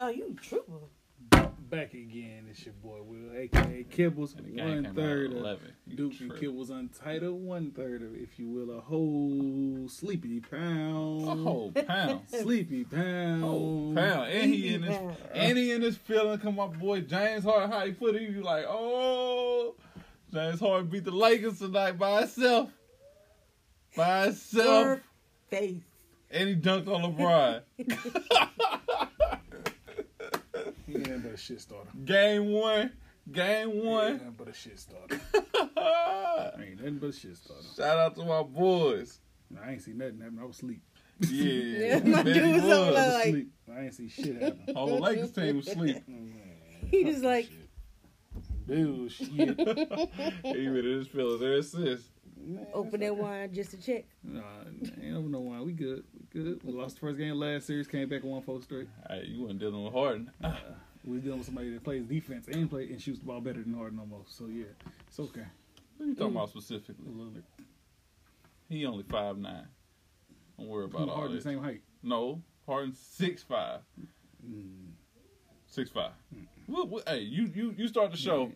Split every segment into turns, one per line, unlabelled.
Oh, you triple.
Back again, it's your boy Will, aka Kibbles,
And the game
one
came
third
out at
of
11.
Duke and
True.
Kibbles Untitled, one third of, if you will, a whole sleepy pound.
A whole pound.
sleepy pound.
Whole pound. And he in his
Pound.
and he in his feeling cause my boy James Hart, how he put it, you like, oh James Hart beat the Lakers tonight by himself. By himself.
Her face.
And he dunked on LeBron.
He ain't nothing but a shit starter.
Game one. Game
He ain't
one.
nothing but a shit starter.
Shout
ain't nothing but a shit starter.
out to my boys.
I ain't see nothing happen. I was asleep.
Yeah.
Yeah, my
bet he
dude was over
was.
there. Like-
Sleep. I ain't see shit happen. Oh,
Whole Lakers team was asleep.
He just like,
Bullshit.
He been in his feelings ever since.
Man,
open that wine just to check.
Nah, ain't over no why. We good. We good. We lost the first game last series, came back and won four straight.
All right, you wasn't dealing with Harden.
We dealing with somebody that plays defense and play and shoots the ball better than Harden almost. So yeah, it's okay.
What are you
Mm.
talking about specifically?
Lillard.
He only five nine. Don't worry about all
Harden the
this.
same height.
No, Harden's six five.
Mm.
Six five. What, what, hey, you, you you start the show.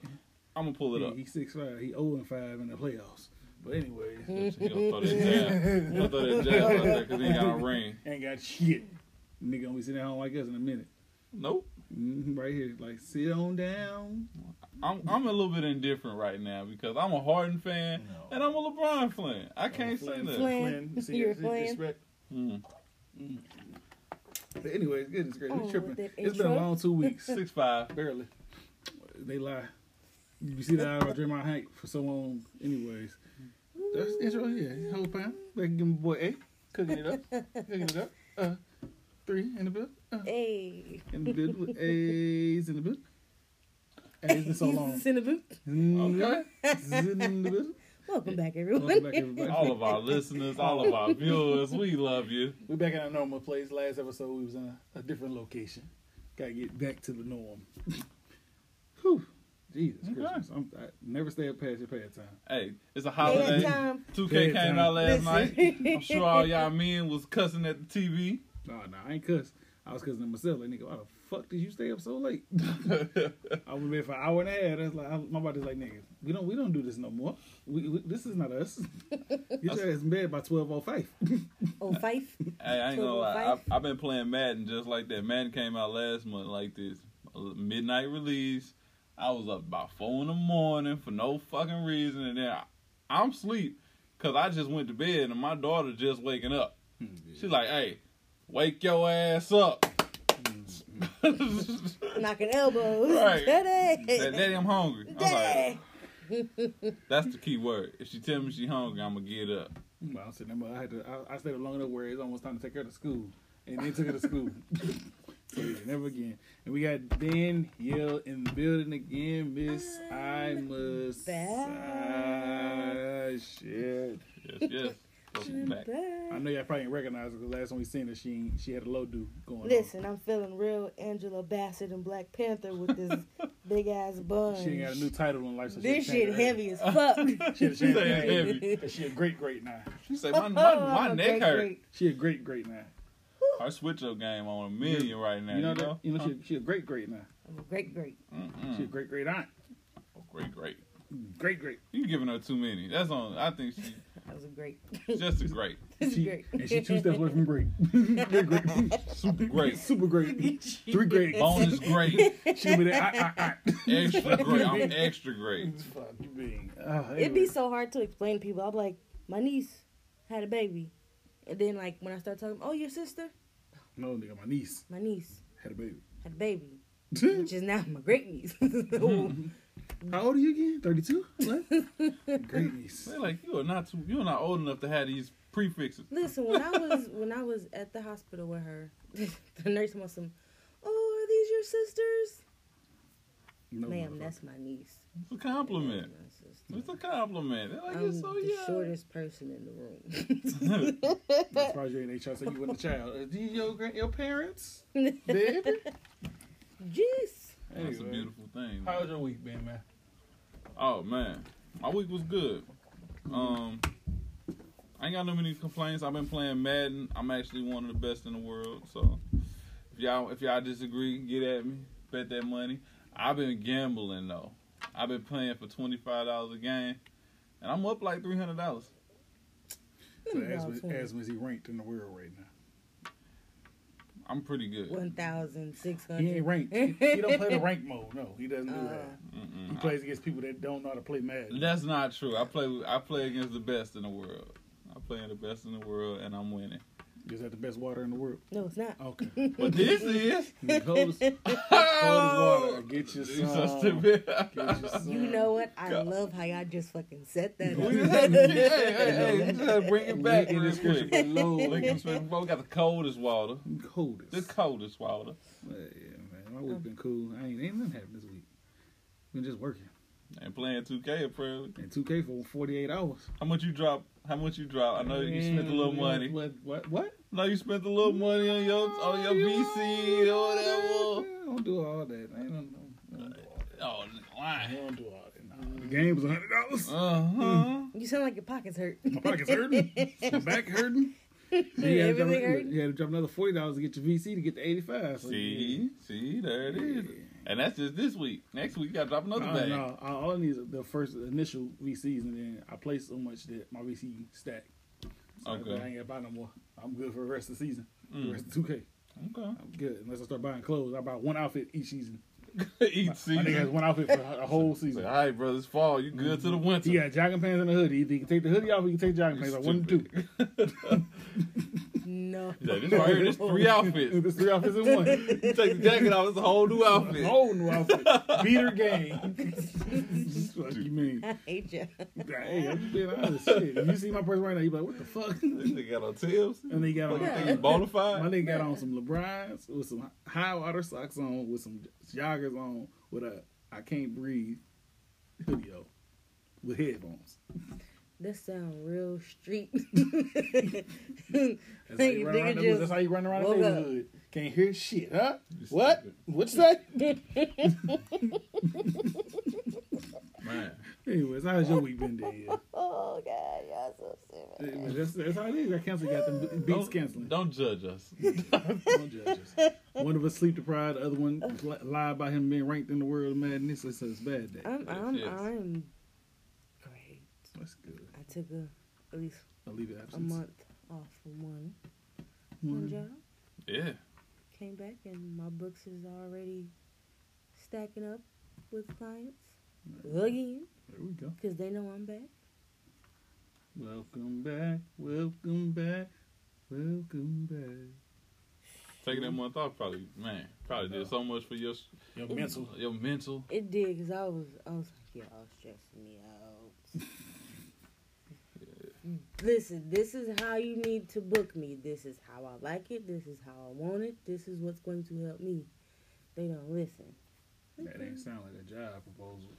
I'm gonna pull it
Yeah,
up.
he's six five. He zero and five in the playoffs. But anyway,
He gonna throw that jab. He gonna throw that jab out there 'cause he ain't got a ring.
ain't got shit. Nigga gonna be sitting at home like us in a minute.
Nope.
Mhm, right here, like sit on down.
I'm I'm a little bit indifferent right now because I'm a Harden fan
No.
and I'm a LeBron fan. I can't say
Flynn,
that.
Flynn.
Flynn, see,
You're
see,
Flynn.
disrespect.
Mm.
But anyways, goodness gracious,
Oh,
we tripping.
that
It's been a
intro.
long two weeks.
Six five.
Barely. They lie. You see that I dream my height for so long. Anyways, that's the intro. Yeah, whole pound. Back give my boy A. Cooking it up. Cooking it up. Uh, three in the build. Uh,
Hey.
in the build with A's in the build. Hey, it's been so long.
in the boot.
Okay.
Z's in the build.
Welcome back, everyone.
Welcome back, everybody.
All of our listeners, all of our viewers, we love you.
We're back in our normal place. Last episode, we was in a, a different location. Gotta get back to the norm. Whew. Jesus
Okay.
Christmas. I'm, I never stay up past your pad time.
Hey, it's a
Dead
holiday.
time.
2K
Dead
came
time.
out last night.
Listen.
I'm sure all y'all men was cussing at the TV.
No, no, I ain't cuss. I was cussing at myself. Like, nigga, why the fuck did you stay up so late? I was in bed for an hour and a half. That's like I, my body's like, nigga, we don't we don't do this no more. We, we this is not us. Get your ass in bed by twelve oh five.
Oh, Fife.
Hey, I ain't gonna
Total
lie.
Vice.
I, I've been playing Madden just like that. Madden came out last month like this. Midnight release. I was up by four in the morning for no fucking reason, and then I, I'm sleep because I just went to bed, and my daughter just waking up. She's like, "Hey, wake your ass up!" Daddy,
Knocking elbows.
Right.
Daddy.
I'm hungry. I'm like,
Daddy.
That's the key word. If she tell me she hungry, I'ma get up.
Well, I said, "Number, I had to. I, I stayed up long enough where it's almost time to take her to school, and then took her to school. so yeah, never again. And we got Danielle in the building again. Miss I must.
back.
Ah, Shit.
Yes, yes. Welcome back.
I know y'all probably ain't recognize her because last time we seen her, she she had a low do going. on.
Listen, I'm feeling real Angela Bassett and Black Panther with this big ass bun.
She ain't got a new title in life, so she
This
had to change
shit
her name.
heavy as fuck.
She had to change her
Say
name.
heavy.
And She a great great now.
She said, "My my, my
Oh,
neck
great,
hurt."
great.
She a great great now.
Our switch up game on a million right now.
You know that? You know she she a great great now.
I'm a Great, great.
Hmm.
She a great great aunt.
Oh, great, great.
Great great.
You giving her too many. That's on. I think she's
That was a great.
just a great,
This is
She-
great.
And she two steps away from great. great great.
super great,
Super great. Three great.
bonus great,
She gonna be there. I, I, I.
extra great. I'm extra great.
Fuck you being. Uh,
It'd be so hard to explain to people. I'm like, my niece had a baby. And then, like, when I start talking, oh, your sister?
No, nigga, my niece
My niece
had a baby.
had a baby, which is now my great niece.
How old are you again? Thirty-two. What? great niece.
They're like you are not too. You're not old enough to have these prefixes.
Listen, when I was when I was at the hospital with her, the nurse was some, oh, are these your sisters?
No,
Ma'am,
motherfucker.
that's my niece.
It's a compliment.
That's my sister.
It's a compliment. They're like
I'm
you're so
the
young.
shortest person in the room.
As far as you ain't trying to say you wasn't a child. Uh, do you- your gran- your parents? Baby.
Jeez.
That's a
Anyway.
beautiful thing.
How was your week been, man?
Oh man, my week was good. Um, I ain't got no many complaints. I've been playing Madden. I'm actually one of the best in the world. So if y'all if y'all disagree, get at me. Bet that money. I've been gambling though. I've been playing for twenty five dollars a game, and I'm up like three hundred dollars.
So
Let me
as
go
was,
20.
as was he ranked in the world right now?
I'm pretty good.
One thousand six
He ain't
hundred.
ranked. he he don't play the rank mode. No, he doesn't do
Uh.
that. He
Mm-mm.
plays against people that don't know how to play Madden.
That's not true. I play. with- I play against the best in the world. I play in the best in the world, and I'm winning.
Just had the best water in the world.
No, it's not.
Okay.
But this is
Cold as-
oh,
water. Get you
You're so
some.
stupid.
get you some.
You know what? I
God.
love how y'all just fucking set that
We just had to- hey, hey,
up.
hey, we just had to bring it back
Link in
real
description
quick.
below.
Link in description below. We got the coldest water.
Cold
The
as.
coldest water.
Yeah, man. My week been cool. I ain't, ain't nothing happened this week. Been just working.
And playing 2K apparently.
And 2K for 48 hours.
How much you drop? How much you drop? I know you spent a little
Man,
money.
What? What? what?
I know you spent a little money on your on your VC or whatever.
I don't do all that. I ain't don't, I don't do all that.
Oh,
I
lying.
don't do all that. Nah. The game was hundred dollars.
Uh huh.
You sound like your pockets hurt.
My pocket's hurting. My back hurting. You had, to drop,
Everything hurt.
you had to drop another forty dollars to get your VC to get to eighty five.
See, see, there it is.
Yeah.
And that's just this week. Next week, you gotta drop another
No,
bag.
no, I- all I need is the first initial VCs, and then I play so much that my VC stack. So
Okay.
I ain't got to buy no more. I'm good for the rest of the season. The
Mm.
rest of 2K.
Okay.
I'm good unless I start buying clothes. I buy one outfit each season.
Eat
My nigga has
season.
one outfit for a whole
Say,
season.
all right, brother, it's fall. You good to the winter.
He got jogging pants and a hoodie. Either you can take the hoodie off or you can take jogging pants. Like one and two.
No.
He's like, this right here, this three outfits.
There's three outfits in one. Oh,
You take the jacket off, it's a whole new outfit.
Whole new outfit. Beater game. That's what you mean.
I hate you.
Hey, I'm just being honest. Shit. If you see my person right now, you be like, what the fuck? And
This nigga got on tips.
then he got on.
Fucking thing bonafide.
My nigga got on some LeBrons with some high water socks on, with some joggers on, with a I can't breathe hoodie on, with headphones.
That sound real street.
That's how
Nigga
you run around the
just
hood. That's how you run around the
woke up.
neighborhood. Can't hear shit, huh?
You
What?
stupid.
What you say?
Man.
Anyways, how's your week been, there?
oh God, y'all so stupid.
Anyways, that's, that's how it is. I cancel got them beats
don't,
canceling.
Don't judge us.
Don't judge us. One of us sleep deprived, the other one li- lied about him being ranked in the world of madness. It's his bad day.
I'm, I'm,
Yes.
I'm great.
That's good.
I took a, at least
I'll leave it
a
absence.
month off from one, one
One.
job.
Yeah.
Came back and my books is already stacking up with clients again
There we go.
because they know I'm back.
Welcome back, welcome back, welcome back.
Taking that month off probably, man, probably did so much for your
Your
mental.
your mental.
It did because I was, I was like, y'all stressing me out. Listen, this is how you need to book me. This is how I like it. This is how I want it. This is what's going to help me. They don't listen.
That ain't sound like a job proposal.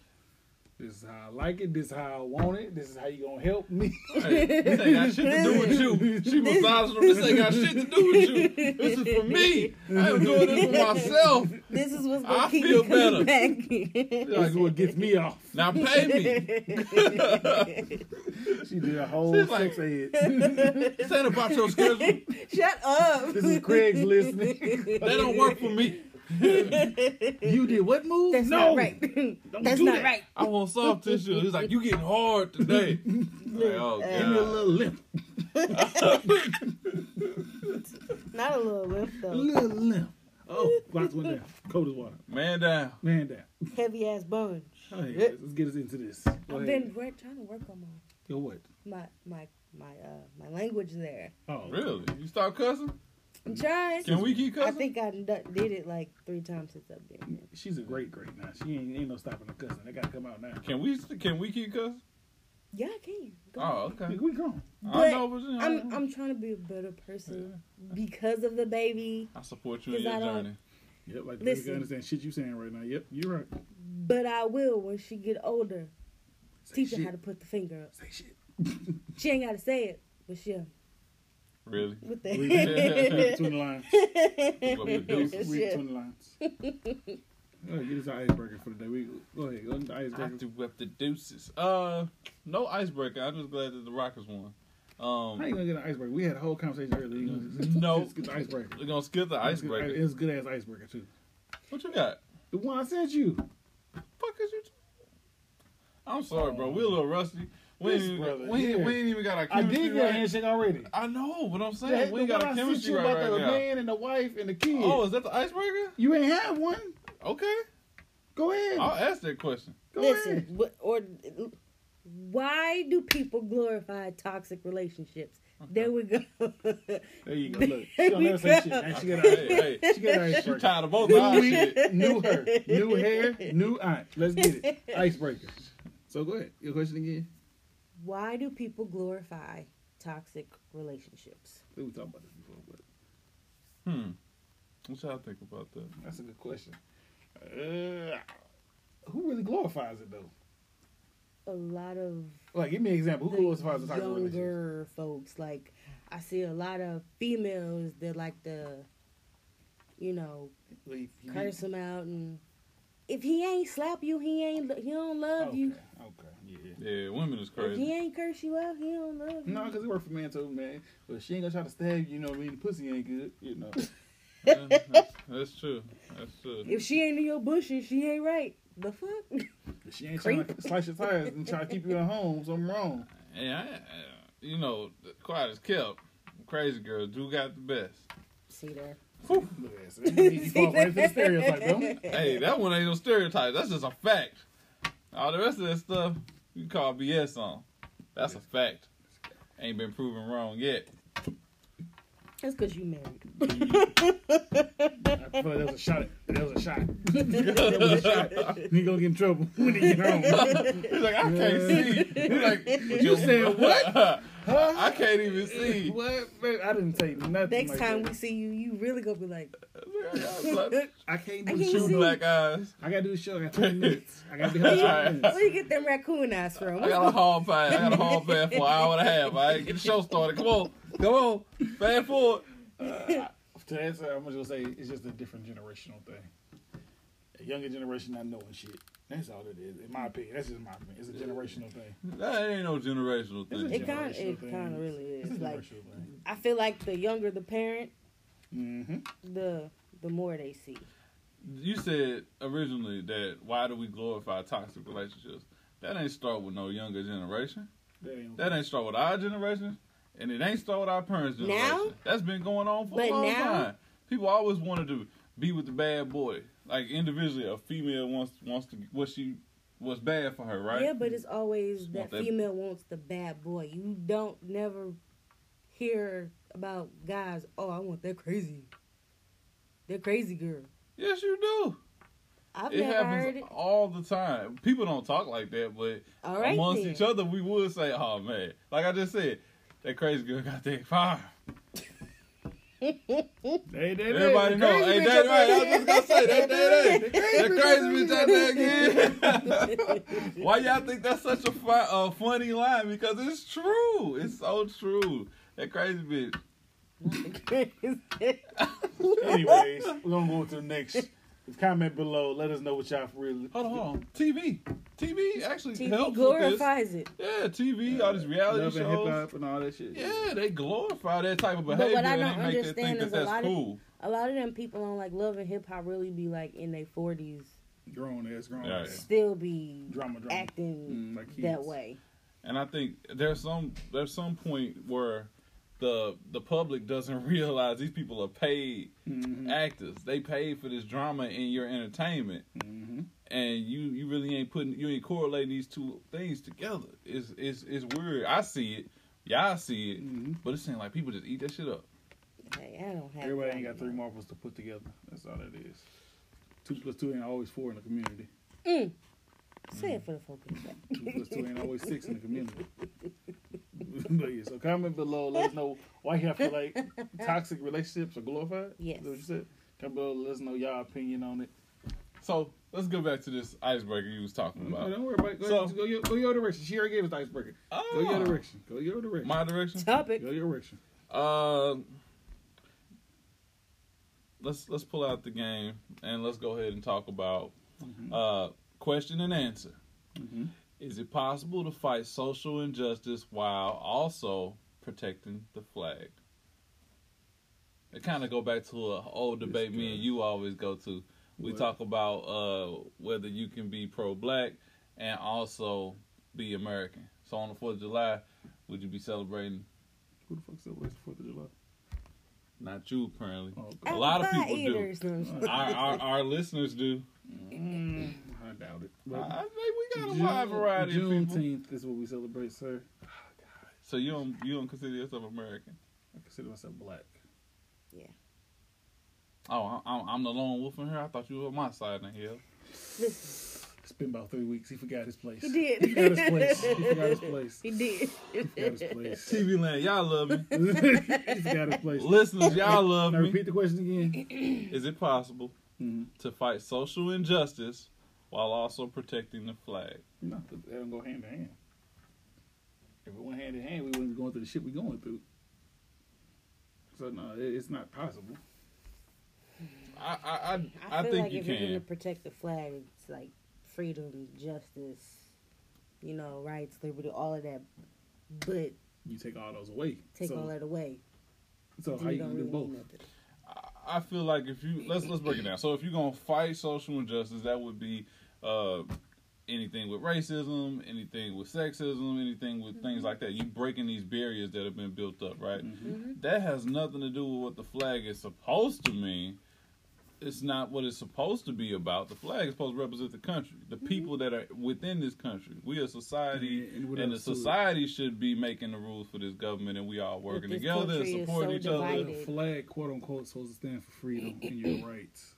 This is how I like it. This is how I want it. This is how you gonna help me.
Hey, this ain't got shit to do with you. She massaged him. This ain't got shit to do with you. This is for me. I'm doing this for myself.
This is what's
I
going to keep
feel
you coming back.
This is what gets me off.
Now pay me.
She did a whole
She's like-
sex ed.
This ain't about your schedule. That
Shut up.
this is Craig's listening.
don't work for me.
You did what move?
That's
no,
not right.
Don't
That's
do
not
that.
right.
I want soft tissue. He's like, you getting hard today. Like, oh,
Give me a
God.
little limp,
Not a little lift
a
though.
little limp. Oh, glass went down. Cold as water.
Man down.
Man down.
Heavy ass bun.
All right, let's, let's get us into this. Go
I've
ahead.
been wor- trying to work on my
Yo, what?
my my my uh my language there.
Oh,
Really? You start cussing?
I'm trying.
Can we keep
I
cussing?
think I d- did it like three times since I've been here.
She's a great, great now. She ain't, ain't no stopping the cussing. They gotta come out now.
Can we can we keep cussing?
Yeah, I can. Go on.
Oh, okay.
Nigga, we grown.
I
But
know, but you know,
I'm I'm trying to be a better person because of the baby,
I support you in
Is
your
that all?
journey.
Yep, like the
Listen.
can understand shit you saying right now. Yep, you're right.
but I will when she get older.
Say
Teach her
shit.
how to put the finger up.
Say shit.
She ain't gotta say it, but she'll
Really?
with
Read it
Yeah.
that.
between the lines.
What we
Read
do.
it between the lines. All right, get us our iceberg for the day. We go ahead. Go into
I
iceberg.
threw up the deuces. Uh, no icebreaker. I'm just glad that the Rockets won. Um,
How you gonna get an icebreaker? We had a whole conversation earlier. You gonna just-
No.
just get the icebreaker.
we're gonna skip the
It's
icebreaker.
a good ass icebreaker too.
What you got?
The one I sent you.
Fuck is you? T- I'm sorry, bro. We a little rusty. We ain't
Oh. This
even,
brother
we, ain't,
here.
we ain't even got our
I
chemistry
did get a
right.
handshake already.
I know, but I'm saying
The-
we
the
ain't got
one
our
I sent
chemistry
you
right,
about
right
the
now.
man and the wife and the kid.
Oh, is that the icebreaker?
you ain't had one.
Okay,
Go ahead.
I'll ask that question.
Go
Listen,
ahead.
wh- or why do people glorify toxic relationships?
Uh-huh.
There we go.
There you go. Look, she
There
don't
we
never say shit.
go.
And she
hey,
got an
hey,
She got an
she
icebreaker.
tired of both
New
eyes.
week,
shit.
new her, new hair, new aunt. Let's get it. Icebreaker. So go ahead. Your question again.
why do people glorify toxic relationships?
We talked about this before, but
Hmm. What y'all think about that?
That's a good question. Uh, who really glorifies it though?
A lot of
Like, give me an example. Who
the
glorifies the toxic relationship?
younger folks. Like I see a lot of females that like to, you know,
Like, you
curse
need-
them out and if he ain't slap you, he ain't lo- he don't love
Okay.
you.
Okay. Yeah.
Yeah, women is
If he
crazy.
ain't curse you out, he don't love you.
No, because it worked for man too, man. But she ain't gonna try to stab you. You know what I mean? The pussy ain't good. You know.
Yeah, that's, that's true. That's true.
If she ain't in your bushes, she ain't right. The fuck?
If she ain't trying to slice your tires and try to keep you at home, something wrong.
Yeah, I, I- you know, quiet as kept. Crazy girls do got the best.
See there.
Look at that. So You fall right into the stereotype, don't you?
Hey, that one ain't no stereotype. That's just a fact. All the rest of that stuff you call BS on. That's a fact. Ain't been proven wrong yet.
That's because you married.
I feel like that was a shot. At, that was a shot. that was a shot. He gonna get in trouble when he get home.
He's like, I can't see. He's like,
You said what? Huh?
I can't even see.
What? Man, I didn't say nothing.
Next
like
time
that.
we see you, you really gonna be like, I
I can't do
can't
the show.
Two
see.
black eyes.
I gotta do the show. I got 20 minutes. I gotta be home in 20 minutes.
where you get them raccoon eyes from?
I got a hall pass. I got a hall pass for an hour and a half. I get the show started. Come on, come on. Fast forward.
Uh, To answer, I'm just gonna say it's just a different generational thing. A younger generation not knowing shit. That's all it is, in my opinion. That's just my opinion. It's a generational thing.
That ain't no generational
It's
thing.
a
It kind of,
generational
it
thing.
kind of really
It's a
is. Like,
generational thing.
I feel like the younger the parent,
Mm-hmm.
the the more they see.
You said originally that why do we glorify toxic relationships? That ain't start with no younger generation. That ain't start with our generation, and it ain't start with our parents'
Now?
generation. That's been going on for
But
a long
now?
time. People always wanted to be with the bad boy. Like individually, a female wants wants to what she what's bad for her, right?
Yeah, but it's always
Just
that
want that-
female wants the bad boy. You don't never hear about guys. Oh, I want that crazy, that crazy girl.
yes, you do.
I've
It
never heard
happens
it.
all the time. People don't talk like that, but
All right,
amongst
then.
each other, we would say, "Oh man!" Like I just said, that crazy girl got that fire.
Hey, they,
Everybody know. Hey, that right. I was just gonna say that. That, that, that crazy bitch out there again. Why y'all think that's such a fi- uh, funny line? Because it's true. It's so true. That crazy bitch.
Anyways, we're gonna go to the next. Comment below. Let us know what y'all really.
Hold on, hold on. TV. TV actually
TV
helps with this.
glorifies it.
Yeah, TV. all these reality
Love and
shows.
hip hop and all that shit.
Yeah, they glorify that type of
But what
behavior
I don't
and they make that
understand
think that
is a lot
that's
of-
cool.
A lot of them people on like love and hip hop really be like in their forties,
Grown ass, grown
Right.
ass.
still be
Drama, drama.
acting
Mm, like
that
kids.
way.
and I think there's some there's some point where the the public doesn't realize these people are paid
Mhm.
actors. They paid for this drama in your entertainment,
Mhm.
and you you really ain't putting you ain't correlating these two things together. It's it's it's weird. I see it, y'all see it,
Mhm.
but it seems like people just eat that shit up.
Hey, I don't have.
Everybody ain't
that.
got three marbles to put together. That's all that is. Two plus two ain't always four in the community.
Mm. Say it for the focus.
Two plus two ain't always six in the community. but yeah, so comment below. Let us know why y'all feel like toxic relationships are glorified.
Yes.
Is that what you said? Comment below. Let us know y'all opinion on it.
So let's go back to this icebreaker you was talking
No,
about.
don't worry about it. Go,
So-
ahead. go, your, go your direction. She already gave us the icebreaker. Go your
Ah,
direction. Go your direction.
My direction.
Topic.
Go your direction.
Uh, let's let's pull out the game and let's go ahead and talk about uh, question and answer.
Mhm.
Is it possible to fight social injustice while also protecting the flag. It kind of go back to an old debate me and you always go to. We
What?
talk about uh, whether you can be pro-black and also be American. So on the Fourth of July, would you be celebrating?
Who the fuck celebrates the 4th of July?
Not you, apparently.
Oh,
A
God.
lot of
Apple pie
people do.
eaters and-
our, our our listeners do.
Mm, I doubt it.
I,
But
I think we got a
June-
wide variety of people.
Juneteenth is what we celebrate, sir.
So you don't you don't consider yourself American?
I consider myself black.
Oh, I- I'm, I'm the lone wolf in here. I thought you were on my side in here.
Listen,
It's been about three weeks. He forgot his place.
He did.
He forgot his place. He forgot his place.
he did.
He forgot his place.
TV Land, y'all love me.
he forgot his place.
Listeners, y'all love
Now
me. Mm-hmm.
repeat the question again.
Is it possible
Mhm.
to fight social injustice while also protecting the flag?
No, they don't go hand in hand. If it went hand in hand, we wouldn't be going through the shit we going through. So no, it, it's not possible.
I I I,
I
I
feel
think
like
you
if you're gonna
can.
protect the flag, it's like freedom, justice, you know, rights, liberty, all of that. But
You take all those away.
take
so,
all that away,
So how
you
you
don't
gonna do
really
both?
mean nothing.
I- I feel like if you let's let's break it down. So if you're gonna fight social injustice, that would be uh, anything with racism, anything with sexism, anything with
Mm-hmm.
things like that. You breaking these barriers that have been built up, right? That has nothing to do with what the flag is supposed to mean. It's not what it's supposed to be about. The flag is supposed to represent the country, the
Mm-hmm.
people that are within this country. We are society,
And- and what
and the
else to it?
society should be making the rules for this government, and we all working
this
together and
country is
supporting
so
each other.
divided.
The flag, quote unquote, supposed to stand for freedom and your rights.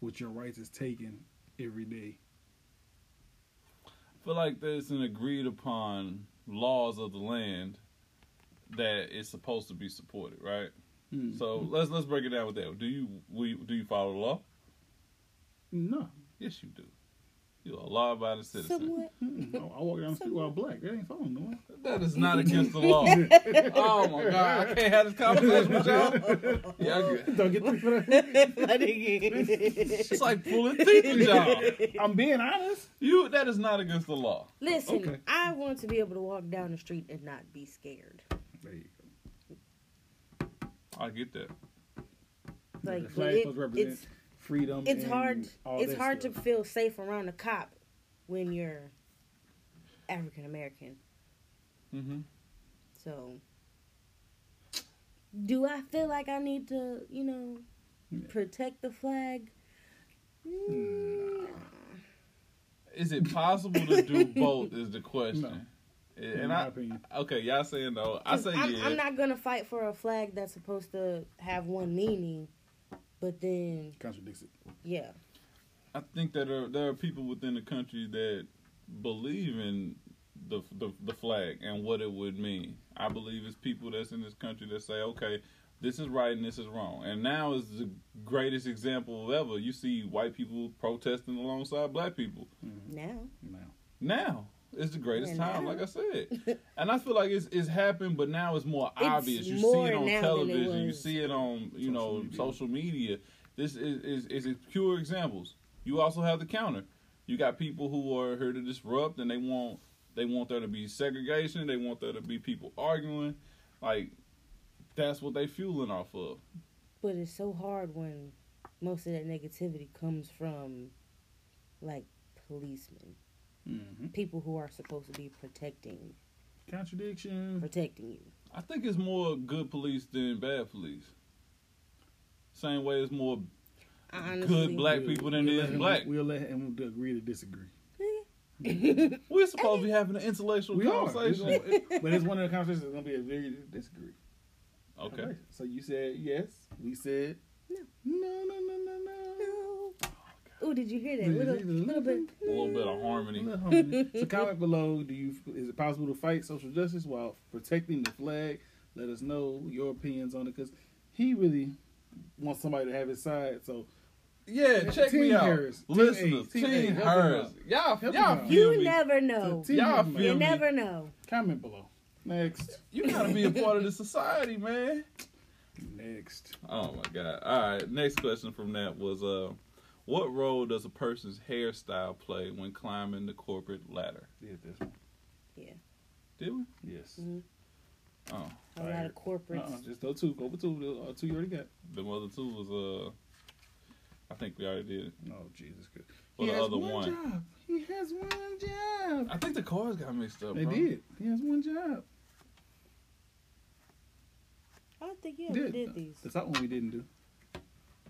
What your rights is taken every day.
feel like there's an agreed upon laws of the land that is supposed to be supported, right?
Mm.
So let's let's break it down with that. Do you, will you do you follow the law?
no,
Yes, you do. You're a law-abiding citizen.
Somewhat.
Mm-mm. I, I walk down the street while I'm black. That ain't following no one.
That is not against the law. oh my god, I can't have this conversation with y'all. Yeah, I-
Don't get through for that.
My nigga.
it's like pulling teeth with y'all.
I'm being honest.
You that is not against the law.
Listen,
Okay.
I want to be able to walk down the street and not be scared.
There you go.
I get that.
Like
the
but
flag
it-
supposed to represent
it's
freedom.
it's
and
hard.
all
It's
that
hard
stuff.
to feel safe around a cop when you're African American.
Mm-hmm.
hmm
So, do I feel like I need to, you know, protect the flag?
Is it possible to do both? Is the question.
No.
And
In
I,
my opinion.
Okay, y'all saying no. I say
am
yeah.
I'm not gonna fight for a flag that's supposed to have one meaning, but then
Contradicts it.
yeah,
I think that there, there are people within the country that believe in the, the the flag and what it would mean. I believe it's people that's in this country that say, okay, this is right and this is wrong. And now is the greatest example ever. You see white people protesting alongside black people.
now
No.
Now is the greatest
And
time,
now.
like I said. and I feel like it's it's happened, but now it's more obvious. You
more
see it
now
on
than it
television. You
was.
see it on
Social
you know
media.
social media. This is is is pure examples. You also have the counter. You got people who are here to disrupt, and they want they want there to be segregation. They want there to be people arguing, like. That's what they fueling off of.
but it's so hard when most of that negativity comes from like policemen,
Mm-hmm.
people who are supposed to be protecting
Contradiction.
protecting you.
I think it's more good police than bad police. Same way, it's more
I honestly,
Good black people than
we'll
it
let
is
him-
black.
We'll let him agree to disagree.
We're supposed to be having an intellectual
We are. We're
conversation.
gonna- it- but it's one of the conversations that's going to be a very disagree.
Okay.
So you said yes. We said
No.
No, no, no, no, no.
No. Oh, did you hear that? Little, little bit.
A little bit of harmony.
Little homie. so comment below. Do you is it possible to fight social justice while protecting the flag? Let us know your opinions on it because he really wants somebody to have his side. So
Yeah, check me
Team
out.
Harris. Team
Listeners,
A,
Team,
Team A, help
Harris.
him
Y'all,
Help him
y'all
out.
feel
You
me.
never
so
know.
team
Y'all
him,
feel
You
man.
me.
never know.
comment below. Next,
You gotta be a part of the society, man.
next.
Oh my god. All right. Next question from that was, uh, what role does a person's hairstyle play when climbing the corporate ladder?
Did this one?
Yeah.
Did we?
Yes.
Mhm.
Oh,
A lot of corporates.
Uh-uh, just those two. Go with two. The uh, two you already got.
the other two was uh, I think we already did. it.
Oh Jesus Christ!
Well, the other one.
job. He has one job.
I think the cards got mixed up.
They
bro.
did. He has one job.
I don't think you ever
Yeah,
did, these.
The top one we didn't do.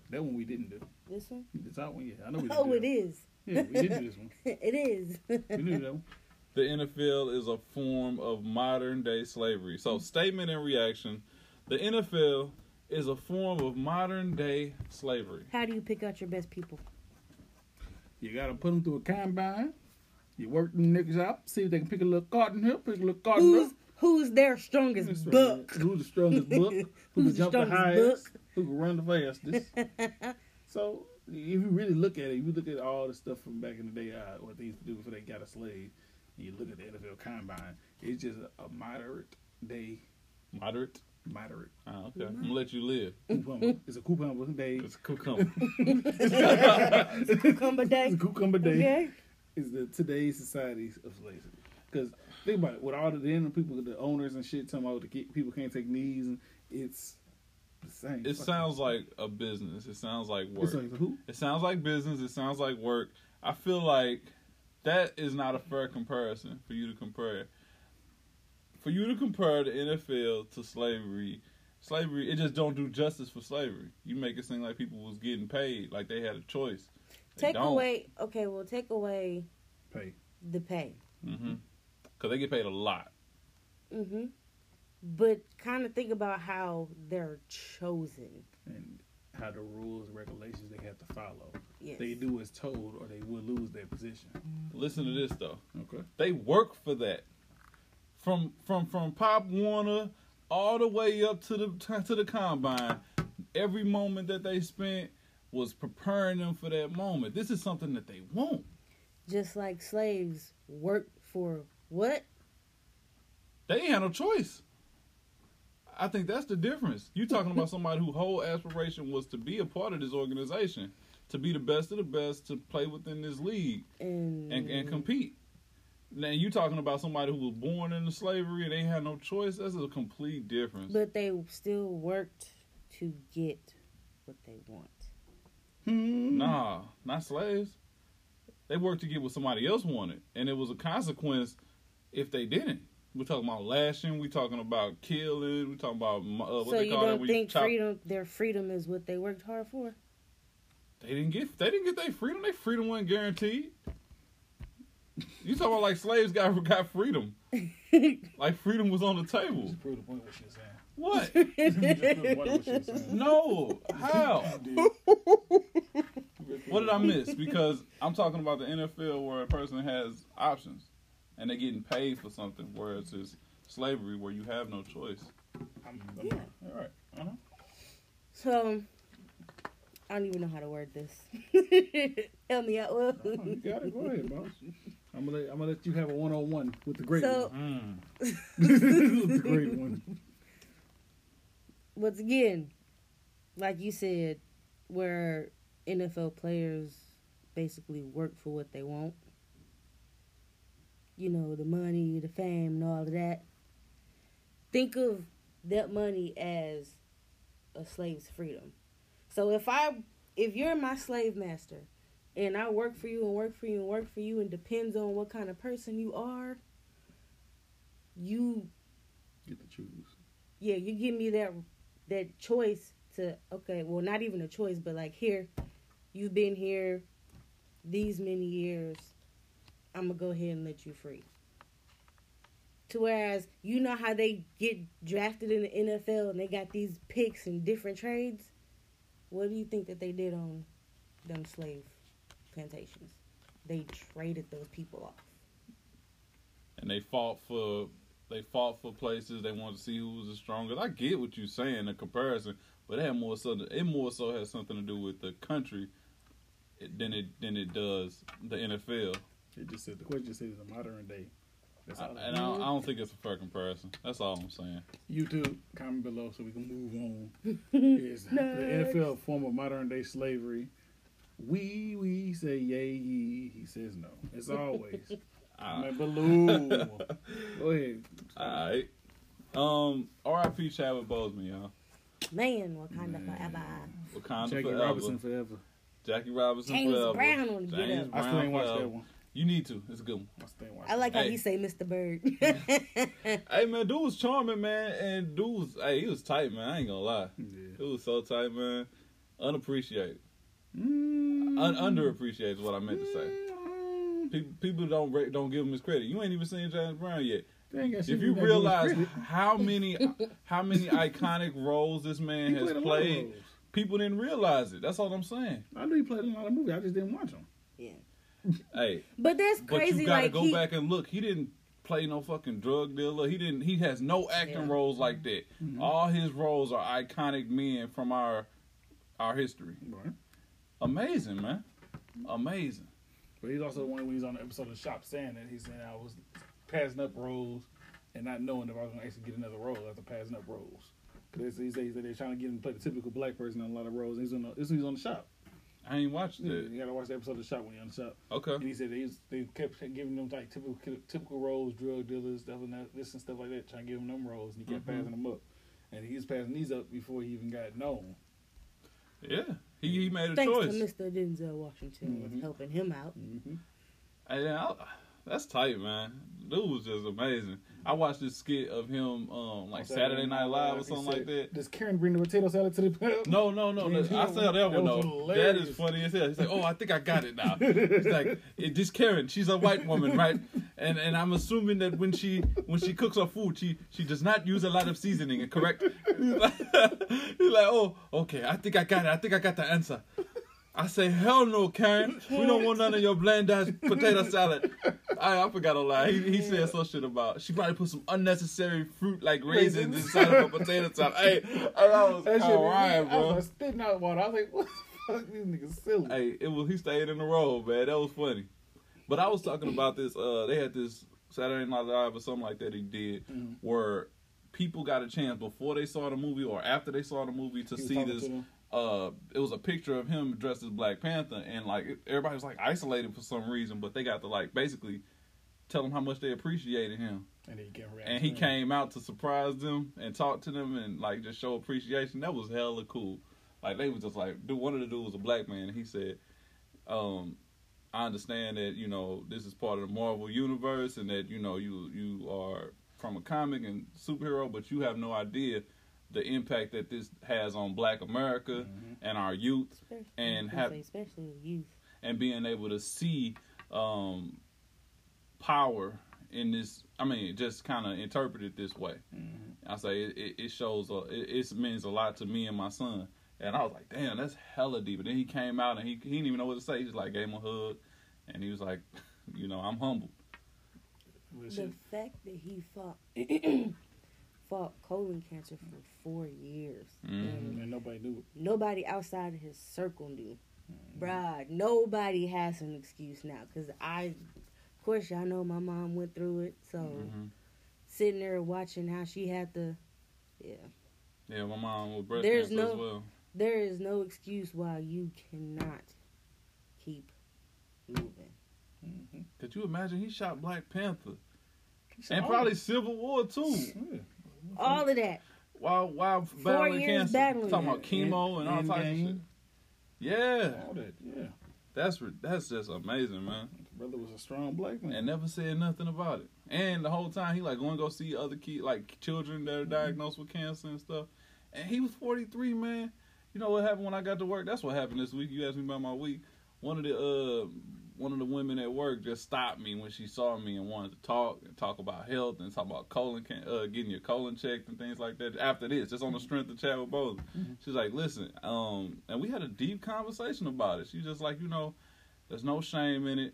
That one we didn't do.
This one?
The top one, yeah. I know we didn't
Oh,
do
it
that one.
is.
Yeah, we did do this one.
it is.
We knew that one.
The NFL is a form of modern day slavery.
Mm-hmm.
So, statement and reaction. The NFL is a form of modern day slavery.
How do you pick out your best people?
You gotta put them through a combine. You work them niggas out, see if they can pick a little cotton here, pick a little cotton
Who's
up.
who's their strongest
That's right.
buck?
Who's the strongest buck? Who can
Who's the
jump the
strongest
highest? Who can run the fastest? so if you really look at it, you look at all the stuff from back in the day, uh, what they used to do before they got a slave. And you look at the NFL combine. It's just a, a moderate day,
Moderate.
moderate.
Ah, okay. I'm gonna let you live.
Cucumber. Mm-hmm. it's a cucumber day.
It's a cucumber.
Cucumber day.
It's a cucumber day.
Okay.
is the today's society of slavery. Because think about it, with all the then people, the owners and shit, talking about the ki- people can't take knees, and it's the same.
it sounds like a business. It sounds like work.
It's like who?
It sounds like business. It sounds like work. I feel like that is not a fair comparison for you to compare. For you to compare the NFL to slavery, slavery it just don't do justice for slavery. You make it seem like people was getting paid, like they had a choice. They
Take
don't.
away. Okay, well, take away
Pay.
the pay.
mm-hmm. cause they get paid a lot.
Mm-hmm. But kind of think about how they're chosen.
And how the rules and regulations they have to follow.
Yes.
They do as told, or they will lose their position.
Listen to this though.
Okay.
They work for that. From from from Pop Warner all the way up to the to the combine. Every moment that they spent was preparing them for that moment. This is something that they want.
Just like slaves work for what?
They ain't had no choice. I think that's the difference. You talking about somebody whose whole aspiration was to be a part of this organization, to be the best of the best, to play within this league.
And
and, and compete. Now you talking about somebody who was born into slavery and they had no choice. That's a complete difference.
but they still worked to get what they want. Mm-hmm.
Hmm.
nah, not slaves. They worked to get what somebody else wanted, and it was a consequence if they didn't. We're talking about lashing. We're talking about killing. We're talking about uh, what
so
they
you
call it.
don't
when
think
chop-
freedom, their freedom, is what they worked hard for?
They didn't get. They didn't get their freedom. Their freedom wasn't guaranteed. You talking about like slaves got got freedom? like freedom was on the table.
Just prove the point what she was saying.
What?
Just prove the point what she was saying.
No. How?
Dude.
What did I miss? Because I'm talking about the NFL where a person has options and they're getting paid for something, whereas it's slavery where you have no choice.
I'm, I'm,
Yeah.
All right. Uh-huh.
So I don't even know how to word this. Help me out, Will.
Oh, you got it. Go ahead, boss. I'm gonna let, I'm gonna let you have a one on one with the great
So-
one. With the great one.
Once again, like you said, where NFL players basically work for what they want. You know, the money, the fame, and all of that. Think of that money as a slave's freedom. So if I if you're my slave master and I work for you and work for you and work for you and depends on what kind of person you are, you
Get to choose.
yeah, you give me that that choice to okay, well not even a choice, but like here, you've been here these many years, I'm gonna go ahead and let you free. To whereas you know how they get drafted in the NFL and they got these picks and different trades, what do you think that they did on them slave plantations? They traded those people off.
And they fought for they fought for places. They wanted to see who was the strongest. I get what you're saying, the comparison, but it had more so it more so has something to do with the country than it than it does the NFL.
It just said the question said it's a modern day. That's all.
and I, I don't think it's a fair comparison. That's all I'm saying.
YouTube comment below so we can move on. Is the NFL form of modern day slavery? We we say yay ye. He says no. As always.
All
Man, Baloo. Go ahead.
right. Um, R.I.P. Chadwick Boseman, y'all.
Man, Wakanda
Man.
forever.
Wakanda
Jackie
forever.
Robinson forever.
Jackie Robinson
James
forever.
Brown on the get
James
up.
I still ain't watched
forever.
that one.
You need to. It's a good one.
I still ain't watched
I like how
Hey.
you say Mr. Bird.
Hey man, dude was charming, man, and dude was hey, he was tight, man. I ain't gonna lie,
that one.
he was so tight, man. Unappreciated,
Yeah. Mm.
Un- underappreciated is what I meant to say.
Mm.
People, people don't rate, don't give him his credit. You ain't even seen James Brown yet.
They ain't got shit
If
to do
you
with
realize
Chris.
how many how many iconic roles this man
He played
has
a lot of
played,
roles.
people didn't realize it. That's all I'm saying.
I knew he played in a lot of movies. I just didn't watch them.
yeah.
Hey,
But that's
but
crazy.
you gotta
like
go
he,
back and look. He didn't play no fucking drug dealer. He didn't. He has no acting
Yeah. Mm-hmm.
roles like that.
Mhm.
All his roles are iconic men from our our history.
Right.
Amazing, man. Amazing.
But he's also the one when he's on the episode of Shop saying that he's saying I was passing up roles and not knowing if I was gonna actually get another role after passing up roles. Because he said he said they're trying to get him to play the typical black person in a lot of roles. He's on the, this he's on the shop.
I ain't watched
Yeah.
Mm-hmm.
it.
You gotta watch the episode of Shop when you're on the shop. And
Okay.
he said they, was, they kept giving them like typical typical roles, drug dealers, stuff and that, this and stuff like that, trying to give him them roles, and he kept
Mhm.
passing them up. And he was passing these up before he even got known.
Yeah. He, he made a
thanks
choice.
to Mr. Denzel Washington was
Mhm.
helping him out.
Mm-hmm.
And then I, that's tight, man. Dude was just amazing. I watched this skit of him, um, like Saturday Night Live or something like that.
Does Karen bring the potato salad to the pub?
No, no, no.
Yeah,
that- I saw that
that
one
was
though. That
hilarious.
is funny as hell. He's like, "Oh, I think I got it now." He's like, "It- "This Karen, she's a white woman, right?" And and I'm assuming that when she when she cooks her food, she she does not use a lot of seasoning. Correct? He's like, he's like, "Oh, okay. I think I got it. I think I got the answer." I say, "Hell no, Karen. We don't want none of your bland ass potato salad." I, I forgot a lie. He, he said some shit about she probably put some unnecessary fruit like raisins
Raisins.
inside of a potato salad. Hey, and I was
That shit,
crying,
I was
bro.
like spitting out water. I was like, what the fuck? These niggas silly.
Hey, it was he stayed in the role, man. That was funny. But I was talking about this. Uh, they had this Saturday Night Live or something like that. He did
Mhm.
where people got a chance before they saw the movie or after they saw the movie to
He was
see
talking
this.
to them.
uh, it was a picture of him dressed as Black Panther, and like everybody was like isolated for some reason, but they got to like basically tell him how much they appreciated him.
And he came around.
And he came out to surprise them and talk to them and like just show appreciation. That was hella cool. Like they was just like, dude, one of the dudes was a black man. And he said, um, "I understand that you know this is part of the Marvel universe and that you know you you are from a comic and superhero, but you have no idea the impact that this has on Black America and our youth
Especially,
And
I was
have-
gonna say, especially with youth.
and being able to see um, power in this. I mean, just kind of interpret it this way."
Mhm.
I say it, it, it shows, uh, it, it means a lot to me and my son. And I was like, damn, that's hella deep. And then he came out and he, he didn't even know what to say. He just like gave him a hug. And he was like, you know, I'm humbled.
Well,
The
shit.
fact that he fought fought colon cancer for four years.
Mm.
And
And nobody knew
nobody outside of his circle knew. Bruh, nobody has an excuse now. Cause I, of course, y'all know my mom went through it. So
Mhm.
sitting there watching how she had to, yeah.
Mm-hmm. Yeah, my mom was breast
There's
cancer
no-
as well.
There is no excuse why you cannot keep moving.
it. Mhm.
Could you imagine? He shot Black Panther.
He
And
said, "Oh,
probably Civil War too.
Yeah.
All of that.
While, while
Four
battling
years
cancer.
battling
Talking about
it.
chemo and all
End-
types of shit.
Endgame.
Yeah,
All that, yeah.
that's re- that's just amazing, man.
Brother was a strong black man.
and never said nothing about it. And the whole time he like going to go see other kid like children that are diagnosed with cancer and stuff. And he was 43, man. You know what happened when I got to work? That's what happened this week. You asked me about my week. One of the uh one of the women at work just stopped me when she saw me and wanted to talk and talk about health and talk about colon can- uh getting your colon checked and things like that. After this, just on the strength of Chadwick Boseman, she's like, "Listen, um," and we had a deep conversation about it. She's just like, you know, there's no shame in it.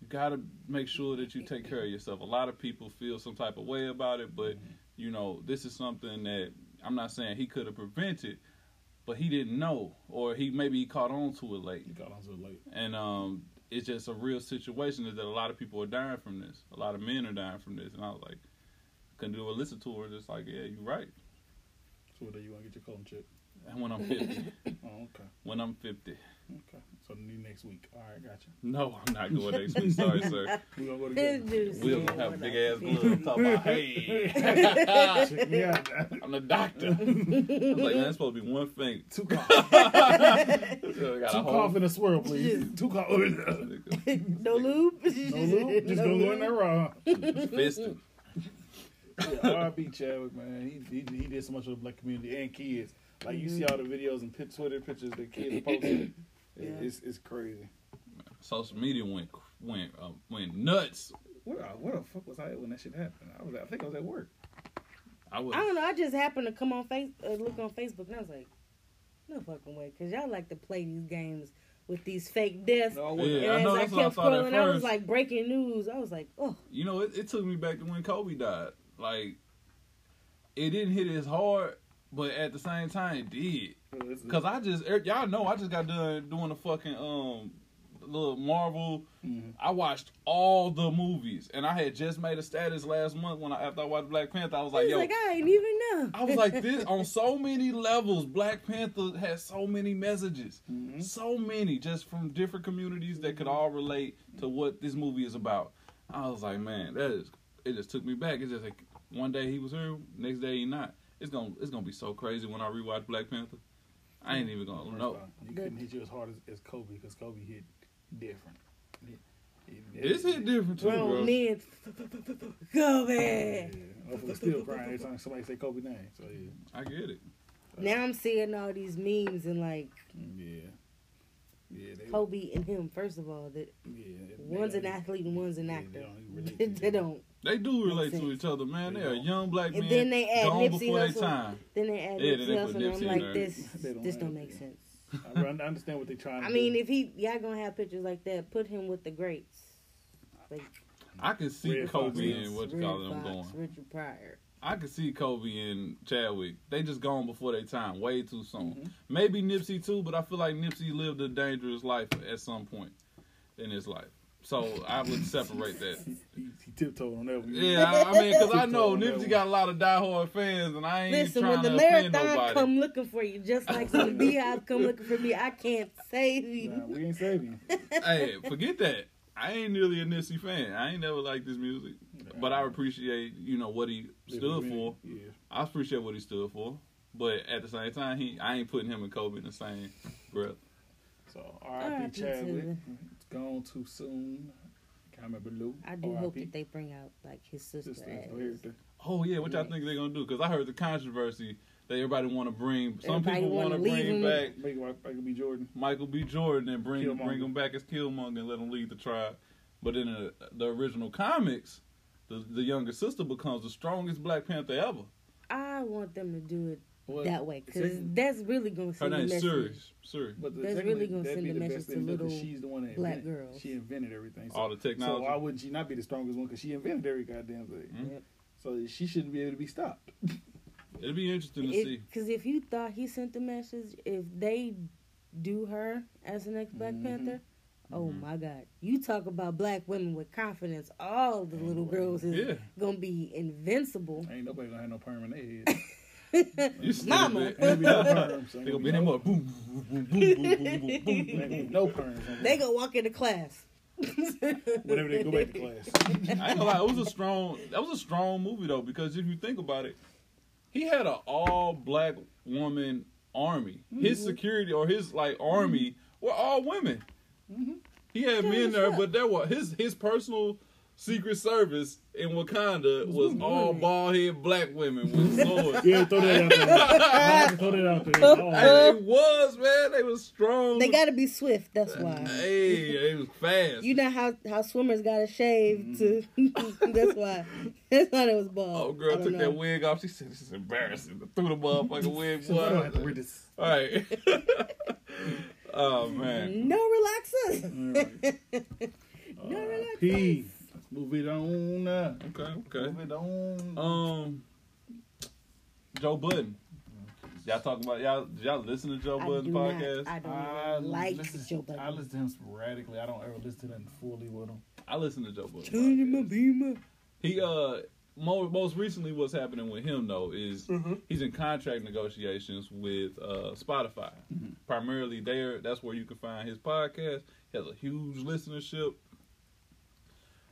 You gotta make sure that you take care of yourself. A lot of people feel some type of way about it, but you know, this is something that I'm not saying he could have prevented, but he didn't know, or he maybe he caught on to it late.
he got on so late.
And um, it's just a real situation is that a lot of people are dying from this. A lot of men are dying from this, and I was like, couldn't do a listen to her. Just like, yeah, you're right.
So, what are you going to get your colon checked?
And when I'm 50,
Oh, Okay.
when I'm 50.
Okay. So new next week. All right, gotcha.
No, I'm not going next week. Sorry, sir.
We gonna go
This
together.
dude
We'll
said
have
when
big
I'm
ass gloves. Talk about hey,
Check me out.
I'm the doctor. I was like, man, it's supposed to be one thing.
Two cough.
So I got
Two
a whole-
cough and a swirl, please. Two cough. no lube.
fifty. no loop.
Just gonna go in there raw.
Fisting.
Yeah, R.I.P. Chadwick, man. He, he he did so much for the black community and kids. Like you see all the videos and pic- Twitter pictures that kids posted.
Yeah.
It's it's crazy.
Social media went went uh, went nuts.
Where uh, where the fuck was I at when that shit happened? I was I think I was at work.
I was
I don't know. I just happened to come on face, uh, look on Facebook, and I was like, no fucking way, because y'all like to play these games with these fake deaths.
No, I wasn't.
And
Yeah, I
as
know
I
that's what I
kept
thought at
scrolling, I was
first.
like, breaking news. I was like, oh,
you know, it, it took me back to when Kobe died. Like, it didn't hit as hard, but at the same time, it did.
It's-
Cause I just er, y'all know I just got done doing the fucking um little Marvel.
Mhm.
I watched all the movies, and I had just made a status last month when I after I watched Black Panther. I was
I
like,
was
yo.
like, I ain't even know.
I was like this on so many levels. Black Panther has so many messages,
Mhm.
so many just from different communities that could all relate to what this movie is about. I was like, man, that is it. Just took me back. It's just like one day he was here, next day he not. It's gonna it's gonna be so crazy when I rewatch Black Panther. I ain't even gonna
First
know.
off, You couldn't hit you as hard as, as Kobe because Kobe hit different. It- it-
This hit different too, bro.
Grown men, go man.
Yeah. Hopefully, still crying every time somebody say Kobe name. So yeah,
I get it.
Now I'm seeing all these memes and like
yeah, yeah. They,
Kobe and him. First of all, that
yeah they-
one's
they
an athlete and one's an
Yeah,
actor.
they don't relate to
They
them.
don't.
They do relate to
sense.
each other, man.
They
They're
don't.
young black
And
men
then they add
gone
Nipsey
before their
Hussle.
time.
Then they add
Yeah,
yeah,
then they
Nipsey Hussle,
put
and
Nipsey
I'm
in
like,
there.
this,
They don't
this don't
have
make
it.
sense.
I I understand what they're trying. to
I
do.
mean, if he y'all gonna have pictures like that, put him with the greats. Like
I can see
Red Fox,
Kobe
yeah.
and what you
Red
call
Fox,
them going.
Richard Pryor.
I can see Kobe and Chadwick. They just gone before their time, way too soon.
Mm-hmm.
Maybe Nipsey too, but I feel like Nipsey lived a dangerous life at some point in his life. So I would separate that.
he, he tiptoed on that one.
Yeah, I- I mean, because I
Tiptoe
know
on that
Nipsey
one.
got a lot of diehard fans, and I ain't
Listen,
trying
when the
to offend
marathon
nobody.
come looking for you, just like when the beehive come looking for me, I can't save
Nah,
you.
we ain't saving. you.
hey, forget that. I ain't really a Nipsey fan. I ain't never liked his music, but I appreciate you know what he stood for.
Yeah.
I appreciate what he stood for, but at the same time, he I ain't putting him and Kobe in the same breath.
So
R.I.P.
R.I.P. Chadwick.
to
It's gone too soon. Can't remember Lou.
I do hope
R.I.P.
that they bring out like his sister.
Just, uh,
as-
everything.
Oh yeah, what y'all think they're gonna do? Because I heard the controversy that everybody want to bring. Some
Everybody
people want
wanna
to
leave him.
bring back
Make it like Michael B. Jordan.
Michael B. Jordan and bring
Killmonger.
bring him back as Killmonger and let him lead the tribe. But in the, the original comics, the the younger sister becomes the strongest Black Panther ever.
I want them to do it
Well,
that way because
technically-
that's really gonna
Her
send a
name's
message.
Ceres. Ceres.
But the,
That's
technically,
really gonna
that'd
send
be
a
the
message
best
to
thing because
little
She's the one that
black
invented,
girls.
She invented everything. So,
All the
so
technology.
why wouldn't she not be the strongest one? Because she invented every goddamn thing.
Mhm.
Yep.
So she shouldn't be able to be stopped.
It'd be interesting to see.
Because if you thought he sent the message, if they do her as the next Black
Mhm.
Mm-hmm.
Panther, oh
Mhm.
my God! You talk about black women with confidence. All the little
Anyway.
girls is
Mm-hmm. Yeah,
gonna be invincible.
Ain't nobody gonna have no perm in their head.
you still
Mama.
bit-
Ain't gonna be no perms.
They
Ain't
gonna
gonna
beat him
no-
up. Boom, boom, boom, boom, boom, boom, boom, boom,
ain't
boom.
gonna be No perms.
They gonna walk into class.
Whenever they go back to class.
I ain't gonna lie, it was a strong. That was a strong movie though, because if you think about it, he had an all black woman army. His
Mm-hmm.
security or his like army were all women.
Mm-hmm.
He had
Sure
men
as
there,
fuck.
but there were his his personal secret service in Wakanda was all
women.
bald head black women with swords.
Yeah, throw that out there. throw that out there. Oh,
Hey, it was man, they was strong.
They gotta be swift. That's why.
uh, Hey, they was fast.
You know how how swimmers gotta shave to. that's why. That's why it was bald.
Mm-hmm. Oh,
I
girl
don't
took
know.
that wig off. She said, "This is embarrassing." Threw the motherfucking wig.
so I don't have to
boy.
wear this.
All right.
Mm-hmm.
oh man.
No relaxers.
Alright.
No relaxers.
P. Let's move it on. Uh,
Okay. Okay.
move it on.
Um, Joe Budden. Y'all talking about y'all? did Y'all listen to Joe
I
Budden
do
podcast?
Not, I don't
I
even like
listen-
Joe
I
Budden.
listen to him sporadically. I don't ever listen to him fully with him.
I, listen to Joe Budden.
Turn him a
podcast.
beamer.
He uh. Mo- most recently, what's happening with him though is he's in contract negotiations with uh, Spotify, primarily there. That's where you can find his podcast. He has a huge listenership.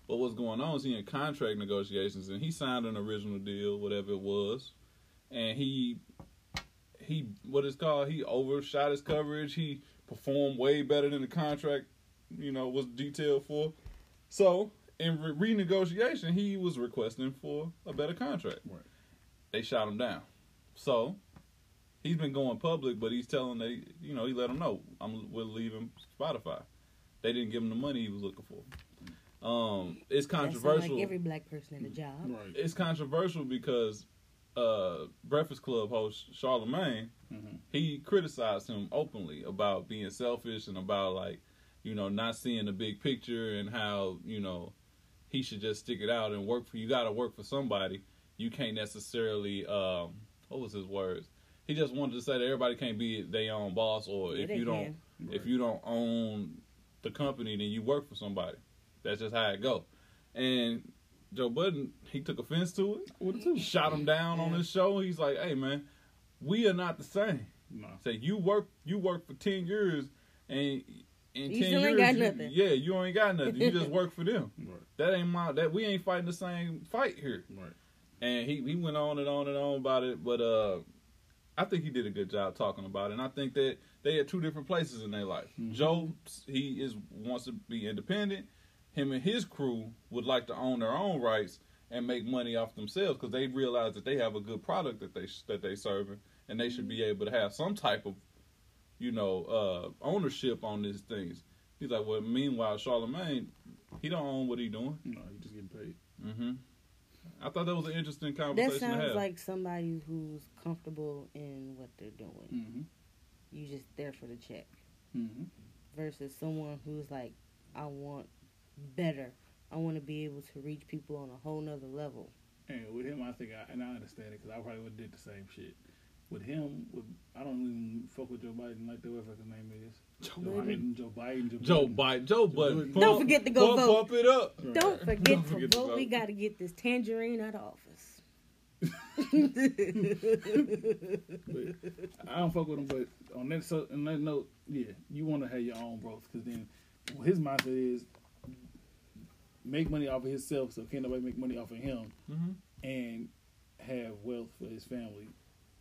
But what's going on is he in contract negotiations and he signed an original deal, whatever it was, and he he what it's called, he overshot his coverage. He performed way better than the contract, you know, was detailed for. So in re- renegotiation, he was requesting for a better contract.
Right.
They shot him down. So he's been going public, but he's telling they, you know, he let them know I'm we're leaving Spotify. They didn't give him the money he was looking for. Um, it's
That sound
controversial.
Like every black person at a job.
Right.
it's controversial because uh, Breakfast Club host Charlemagne
Mhm.
he criticized him openly about being selfish and about like you know not seeing the big picture and how you know he should just stick it out and work for you got to work for somebody you can't necessarily um what was his words he just wanted to say that everybody can't be their own boss or
Yeah,
if
they
you don't
can.
if you don't own the company, then you work for somebody. That's just how it go. And Joe Budden, he took offense to it,
What too?
shot him down on his show. He's like, "Hey man, we are not the same.
Nah.
Say you work, you work for ten years, and
You
in ten
still
years,
ain't got
you-
nothing.
yeah, you ain't got nothing. You just work for them.
Right.
That ain't my that we ain't fighting the same fight here."
Right.
and he, he went on and on and on about it but uh i think he did a good job talking about it and i think that they had two different places in their life joe he is wants to be independent him and his crew would like to own their own rights and make money off themselves because they realize that they have a good product that they that they serving and they should be able to have some type of you know uh ownership on these things he's like well meanwhile charlemagne he don't own what he doing
No, you just getting paid.
hmm I thought that was an interesting
That
conversation to
sounds
have.
like somebody who's comfortable in what they're doing.
Mm-hmm.
You just there for the check.
Mm-hmm.
versus someone who's like, I want better. I want to be able to reach people on a whole nother level.
And with him, I think, I, and I understand it because I probably would did the same shit. With him, with I don't even fuck with Joe Biden like the whatever his name is. Joe Biden. Joe Biden. Joe,
Joe
Biden.
Biden. Joe Biden.
Don't
forget to go
pump,
vote.
Pump it up.
Right.
Don't forget
Don't
to
forget to
vote. We
vote.
got to get this tangerine out of office.
But I don't fuck with him, but on that so, on that note, yeah, you want to have your own growth because then his mindset is make money off of himself, so can't nobody make money off of him,
Mhm.
and have wealth for his family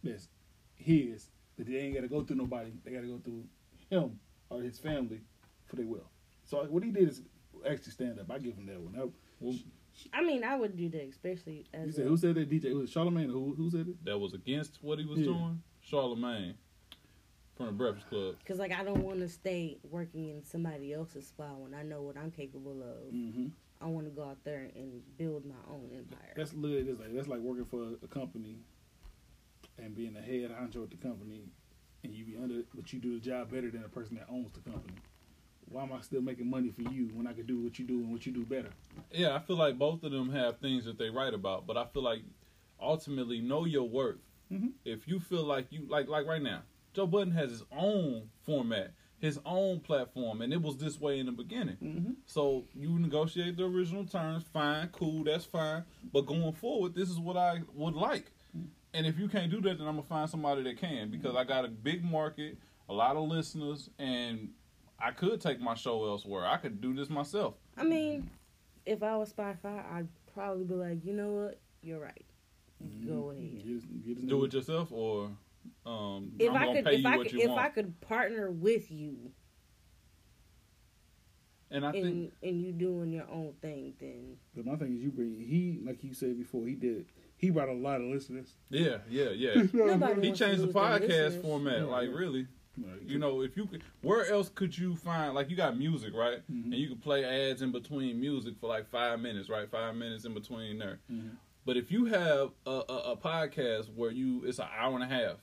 that's his that they ain't got to go through nobody. They got to go through him or his family for their wealth. So like, what he did is actually stand up. I give him that one. I,
Well,
I mean, I would do that, especially
you
as
said
a-
who said that DJ? Was it Charlamagne? Who who said it?
that was against what he was
Yeah.
doing. Charlemagne from the Breakfast Club.
Cause like I don't want to stay working in somebody else's spot when I know what I'm capable of.
Mm-hmm.
I want to go out there and build my own empire.
That's literally just like that's like working for a company and being the head honcho at the company, and you be under, but you do the job better than the person that owns the company. Why am I still making money for you when I could do what you do and what you do better?
Yeah, I feel like both of them have things that they write about, but I feel like ultimately know your worth.
Mhm.
If you feel like you like like right now, Joe Budden has his own format, his own platform, and it was this way in the beginning.
Mhm.
So you negotiate the original terms, fine, cool, that's fine. But going forward, this is what I would like. And if you can't do that, then I'm gonna find somebody that can because I got a big market, a lot of listeners, and I could take my show elsewhere. I could do this myself.
I mean, if I was Spotify, I'd probably be like, you know what, you're right. Mm-hmm. Go ahead.
Get his- get his
do
nigga.
it yourself or um
if
I'm
i
gonna
could,
pay
if
you
I
what
could,
you
if
want.
I could partner with you
and I think
in in you doing your own thing, then
But my thing is, you bring he like you said before. He did. He brought a lot of listeners.
yeah, yeah, yeah.
nobody.
he
wants to
changed the
lose their
podcast
listeners.
format.
Yeah,
like
yeah.
really,
Like,
you know, if you could, where else could you find like you got music right,
Mhm.
and you can play ads in between music for like five minutes, right? Five minutes in between there.
Mhm.
But if you have a, a, a podcast where you it's an hour and a half,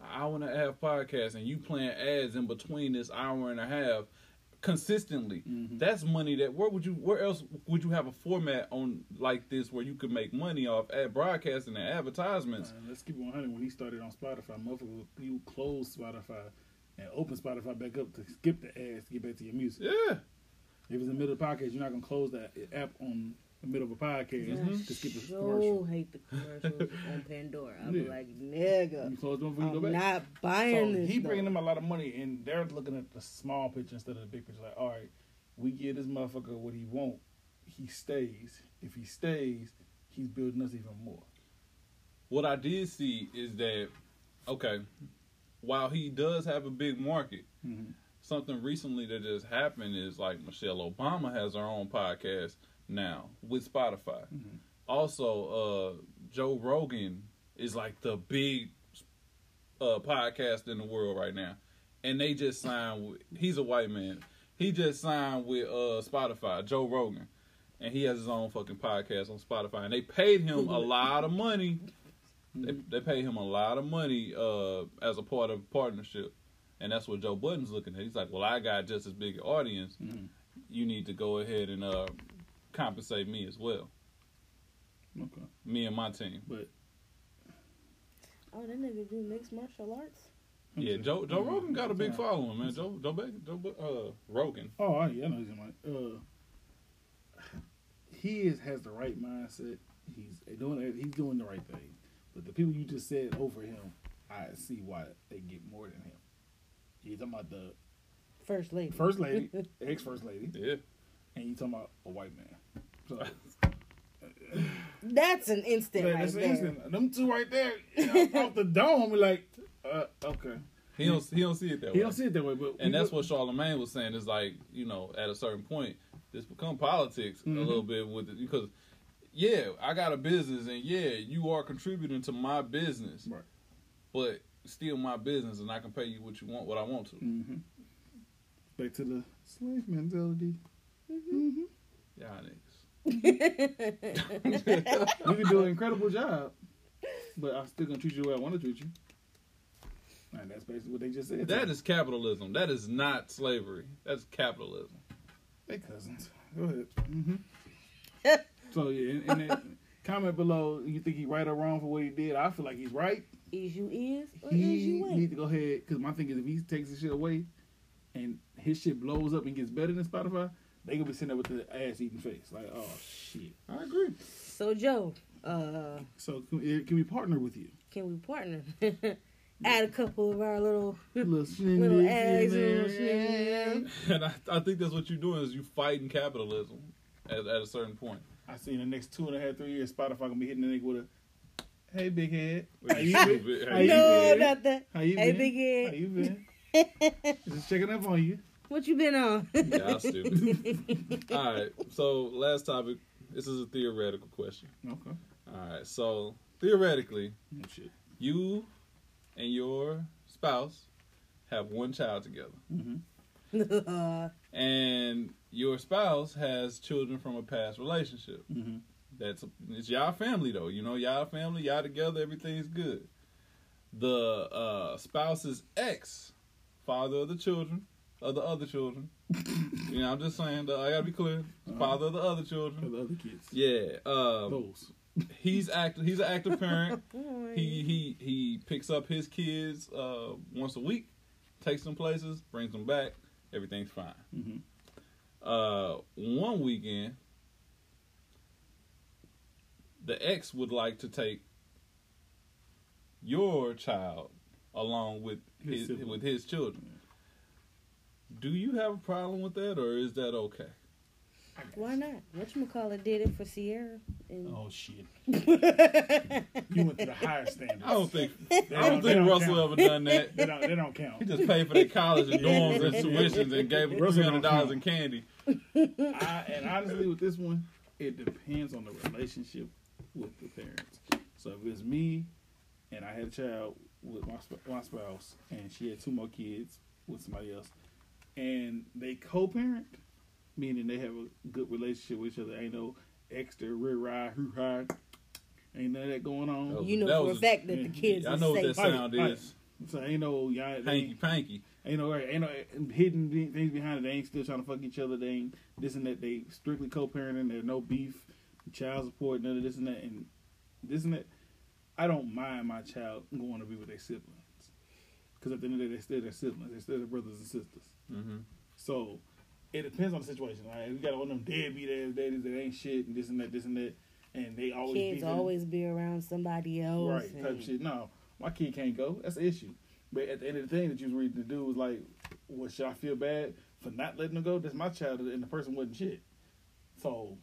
an hour and a half podcast, and you playing ads in between this hour and a half consistently,
Mhm.
that's money that where would you where else would you have a format on like this where you could make money off ad broadcasting and advertisements?
Uh, let's keep it 100. When he started on Spotify, motherfucker, you closed Spotify and open Spotify back up to skip the ads to get back to your music.
Yeah,
If it's in the middle of the podcast, you're not gonna close that app on the middle of a podcast
I
to skip a
so
commercial.
hate the commercials on Pandora. I'm
Yeah.
like,
You
nigga,
close the door before you go
I'm
back.
not buying
So
this.
he
though.
bringing them a lot of money, and they're looking at the small picture instead of the big picture. Like, all right, we give this motherfucker what he want. He stays. If he stays, he's building us even more.
What I did see is that okay, while he does have a big market, something recently that just happened is like Michelle Obama has her own podcast now with Spotify.
Mhm.
Also, uh, Joe Rogan is like the big uh, podcast in the world right now, and they just signed. With, he's a white man. He just signed with uh, Spotify. Joe Rogan. And he has his own fucking podcast on Spotify, and they paid him a lot of money. They, they paid him a lot of money uh, as a part of partnership. And that's what Joe Budden's looking at. He's like, well, I got just as big an audience.
Mhm.
You need to go ahead and uh, compensate me as well,
Okay,
me and my team.
but
Oh, that nigga do mixed martial arts.
Yeah, Joe Joe
Mhm.
Rogan got a big
Yeah.
following, man. Joe Joe Bag- Joe Bu- uh, Rogan.
Oh, I, yeah, I know he's in my. Uh, he is has the right mindset. He's eh, doing it- he's doing the right thing. But the people you just said over him, I see why they get more than him. You talking about the
First lady.
first lady, ex first lady,
Yeah,
and you talking about a white man. So
That's an instant
man,
right
that's
there.
instant. Them two right there you know, off the dome, we like, uh, okay.
he don't he don't see it that
He
way.
don't see it that way, but
and
we
that's
look-
what Charlemagne was saying is like you know at a certain point this become politics a
Mhm.
little bit with it because yeah I got a business and yeah you are contributing to my business
Right.
but still my business and I can pay you what you want what I want to
Mhm. back to the slave mentality.
yeah niggas
You can do an incredible job, but I'm still gonna treat you the way I want to treat you. And that's basically what they just said.
that is capitalism that is not slavery that's capitalism
they cousins. Go ahead. hmm so yeah, and, and then comment below. You think he right or wrong for what he did? I feel like he's right.
Is you is or is
He
you
need
ain't?
to go ahead because my thing is if he takes his shit away, and his shit blows up and gets better than Spotify, they gonna be sitting there with the ass eating face like, oh shit.
I agree
So Joe, uh,
So can we, can we partner with you?
can we partner? Add a couple of our little
Little,
little
snippets in
eggs, little
there.
shit.
and I, I think that's what you're doing is you fighting capitalism at, at a certain point
I see in the next two and a half, three years, Spotify gonna be hitting the nigga with a, "Hey, big head, how you been?
Stupid.
How you
No,
been?
not that.
How you
Hey,
been?
big head.
How you been? Just checking up on you.
What you been on?
Yeah, I'm stupid. All right. So last topic. This is a theoretical question.
Okay.
All right. So theoretically,
Oh, shit.
you and your spouse have one child together,
Mm-hmm.
Uh,
and your spouse has children from a past relationship.
Mm-hmm.
That's it's y'all family though. You know, y'all family, y'all together, everything's good. The uh, spouse's ex, father of the children, of the other children. you know, I'm just saying. Though, I gotta be clear. Father of the other
For
children.
the other kids.
Yeah, um,
Those.
he's act. He's an active parent.
boy.
he he he picks up his kids uh, once a week, takes them places, brings them back. Everything's fine.
Mm-hmm.
Uh, one weekend, the ex would like to take your child along with
His
his,
sibling.
with his children. Do you have a problem with that, or is that okay?
Why not? Whatchamacallit did it for Sierra. And
Oh shit. you went to the higher standards.
I don't think
They
I don't
they
think
count.
Russell ever done that.
They don't, they don't
He
count.
just paid for their college and dorms and
Yeah.
tuitions and gave them
Russell
three
don't
hundred dollars
count.
in candy.
I, and honestly, with this one, it depends on the relationship with the parents. So if it's me and I had a child with my sp- my spouse, and she had two more kids with somebody else, and they co-parent, meaning they have a good relationship with each other. Ain't no extra rear ride, hoo ha, ain't none of that going on.
you know
Oh, that
for a
was-
fact that the kids
I
are
know what that
safe.
Right,
sound
right.
is.
So ain't no y'all, they
Hanky
ain't,
panky.
ain't no ain't no hidden be- things behind it. They ain't still trying to fuck each other. They ain't this and that. They strictly co-parenting. There's no beef, child support, none of this and that, and this and that. I don't mind my child going to be with their siblings because at the end of the day, they're still their siblings. They're still their brothers and sisters.
Mm-hmm.
So it depends on the situation. Like we got one of them deadbeat ass daddies that ain't shit and this and that, this and that, and they always
Kids
beefing.
always be around somebody else.
right type
and-
shit. No, my kid can't go. That's the issue. But at the end of the thing that you was reading to do was like, well, should I feel bad for not letting them go? That's my child, and the person wasn't shit. So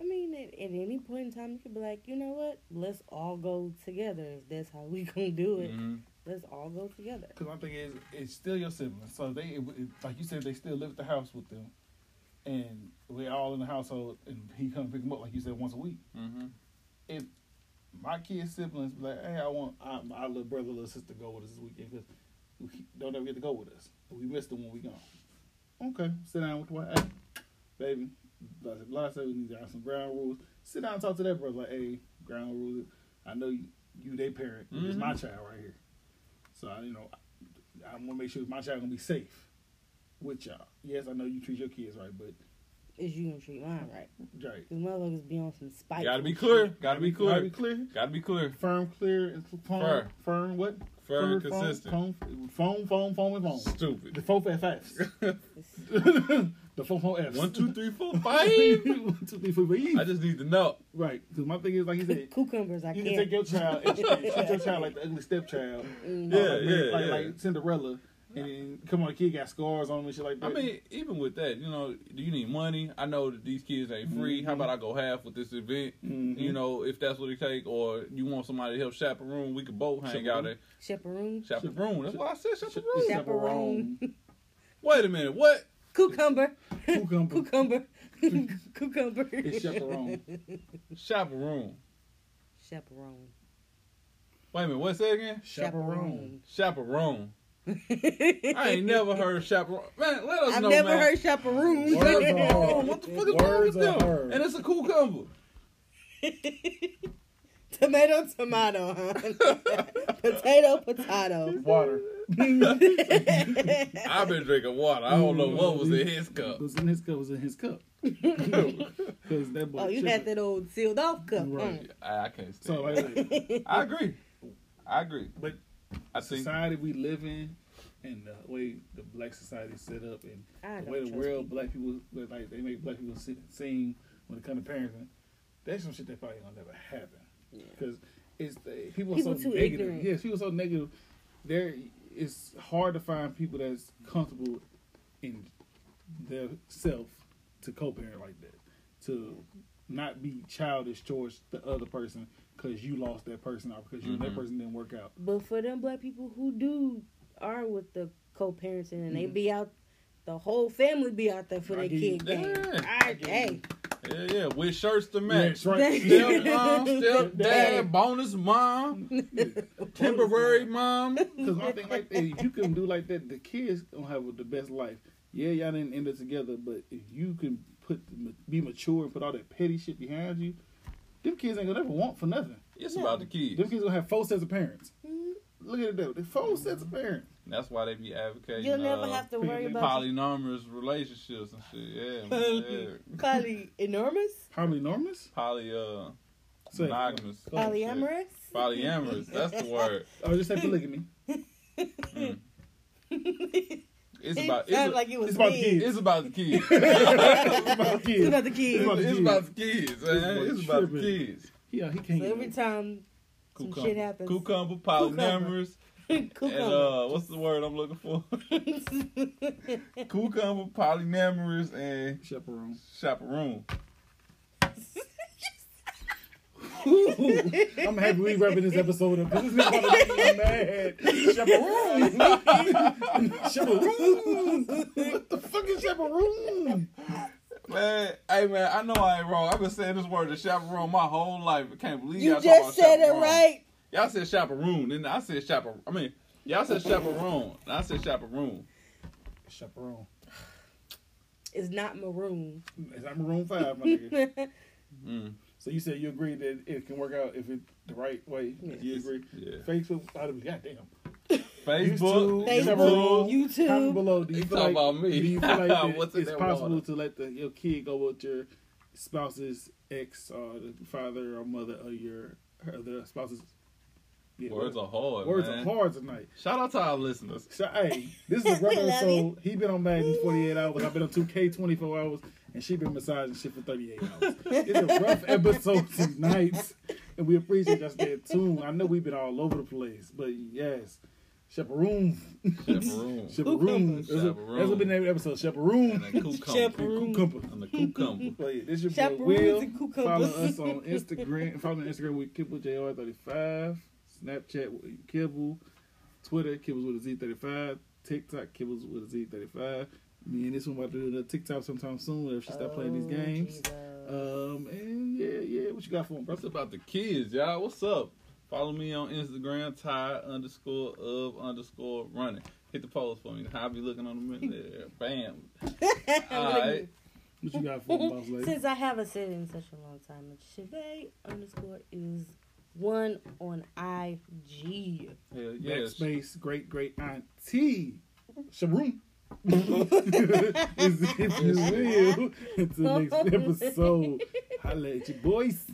I mean, at, at any point in time, you could be like, you know what? Let's all go together. If that's how we gonna do it,
hmm
let's all go together.
Because my thing is, it's still your siblings. So they, it, it, like you said, they still live at the house with them, and we're all in the household. And he come pick them up, like you said, once a week.
hmm
If my kid's siblings be like, hey, I want I, my little brother, little sister, go with us this weekend because we don't ever get to go with us. We miss them when we gone. Okay, sit down with the wife, hey, baby. Like like I said, we need to have some ground rules. Sit down and talk to that brother. Like, hey, ground rules. I know you, you they parent. It's my
Mm-hmm.
child right here. So I, you know, I want to make sure my child gonna be safe with y'all. Yes, I know you treat your kids right, but
Is you gonna treat mine right?
right.
Because motherfuckers be on some spike.
Gotta be clear. Gotta be
Gotta be
clear.
clear.
Gotta be clear.
Firm, clear, and firm. Firm,
Firm.
what?
Firm and
Firm,
consistent.
Foam, foam, foam, foam, and foam. The
Stupid.
four F F's. the four four F's.
One, two, three, four, five.
One, two, three, four, five.
I just need to know.
right. Because my thing is, like he said,
Cucumbers, I
you can
can't.
take your child and treat treat your child like the ugly stepchild.
Mm.
Yeah,
Or like,
yeah,
like,
yeah.
like Cinderella. And then, come on, the kid got scars on him and shit like that.
I mean, even with that, you know, do you need money? I know that these kids ain't free. How about I go half with this event?
Mhm.
You know, if that's what it take, or you want somebody to help chaperone, we could both hang out
Chaperone.
Chaperone,
at chaperone. That's why I said
Ch-
chaperone.
Chaperone.
Wait a minute, what?
cucumber,
Cucumber.
cucumber, cucumber.
It's chaperone.
Chaperone.
Chaperone.
Wait a minute, what's that again?
Chaperone.
Chaperone.
I
I ain't never heard chaperone. Man, let us
I've
know,
never
man.
heard chaperone.
Words are hard.
What the fuck is wrong with
Words are
them?
hard.
And it's a cucumber.
tomato, tomato, huh? potato, potato.
Water.
I've been drinking water. I don't know what was in his cup.
was in his cup. Was in his cup. Because that boy.
oh, you
tripping.
had that old sealed off cup. Mm.
Right.
I, I can't stand.
So
it.
like,
I agree. I agree.
but
I think
society we live in, and the way the black society is set up, and
I
the
don't
way the
trust
world black people like they make black people se- seem when it comes to parenting, that's some shit that probably gonna never happen. Because it's the, people,
People
are so
too
negative.
ignorant.
Yes, people so negative. There, it's hard to find people that's comfortable in their self to co-parent like that, to not be childish towards the other person because you lost that person or because you and
Mhm.
that person didn't work out.
But for them black people who do are with the co-parenting and they be out, the whole family be out there for
Mm-hmm. I
their
get you.
kid game.
Yeah.
I, hey,
Yeah, yeah, with shirts to match.
That's right.
Step mom, step dad, bonus mom, temporary mom.
Because my thing like that, if you can do like that, the kids gonna have the best life. Yeah, y'all didn't end up together, but if you can put be mature and put all that petty shit behind you, them kids ain't gonna ever want for nothing.
It's about the kids.
Them kids gonna have four sets of parents. Look at it though, they four sets of parents.
That's why they be advocating.
you'll never
uh,
have to worry
family
about
polynomous relationships and shit. Yeah, yeah.
poly enormous,
Polynormous.
poly uh,
Say it.
monogamous,
polyamorous.
polyamorous. That's the word.
Oh, just say polygamy.
Mm. It's
It
about
sounded
it's,
like it was
it's about
me.
the kids.
it's about the kids.
It's about
It's
kids.
about the kids.
about the
It's
kids.
about the kids. man.
boy
It's about the
tripping.
kids.
Yeah, he can't.
So
get
every
it.
time some shit happens,
Cucumber, polyamorous, and
cucumber.
uh, what's the word I'm looking for? Cucumber, polyamorous, and
Chaperone.
chaperone.
I'm happy we wrapping this episode up. 'cause This nigga about to make me mad. Chaperone. chaperone. What the fuck is chaperone?
Man, hey man, I know I ain't wrong. I've been saying this word to chaperone my whole life. I can't believe
you
y'all talking
just
about
said it
chaperone.
right.
Y'all said chaperone, and I said chaperone. I mean, y'all said chaperone, and I said chaperone.
Chaperone.
It's not maroon.
It's not Maroon 5, my nigga.
Mm.
So you said you agree that it can work out if it the right way. You
Yes.
agree?
Yeah.
Facebook, I don't, goddamn.
Facebook,
YouTube,
Facebook,
Chaperone.
YouTube.
Comment
YouTube.
below. Do you
You
feel
talking
like,
about me.
Do you feel like that
What's in
it's
that
possible
water?
to let the, your kid go with your spouse's ex or the father or mother of your her other spouse's Yeah,
Words are hard.
words
man.
are hard tonight.
Shout out to our listeners.
So hey, this is a regular
love
soul. He been on Madden 48 hours. I've been on 2K 24 hours, and she been massaging shit for 38 hours. It's a rough episode tonight, and we appreciate y'all staying tuned. I know we've been all over the place, but yes, chaperone,
Chaperone.
chaperone. That's what- that's what been the name of the episode.
And
Chaperone
the cucumber.
Chaperone.
and cucumber.
And the cucumber.
But yeah, this your boy
Chaperones
Will.
and cucumbers.
Follow us on Instagram. Follow me on Instagram with KibbleJR35. Snapchat with Kibble. Twitter, Kibbles with a Z35. TikTok, Kibbles with a Z35. Me and this one about to do another TikTok sometime soon if she stop playing these
Oh,
games.
Uh,
Jesus.
Um, and yeah, yeah, what you got for him, bro?
That's about the kids, y'all. What's up? Follow me on Instagram, Ty underscore of underscore running. Hit the post for me. How I be looking on the minute there. Bam. All right.
What you got for him, boss lady?
Since I haven't said it in such a long time, it's Chevy underscore is one on IG.
Hell yeah.
Backspace, great, great auntie. Sharoom. if you will, until next episode. Holla at your boys.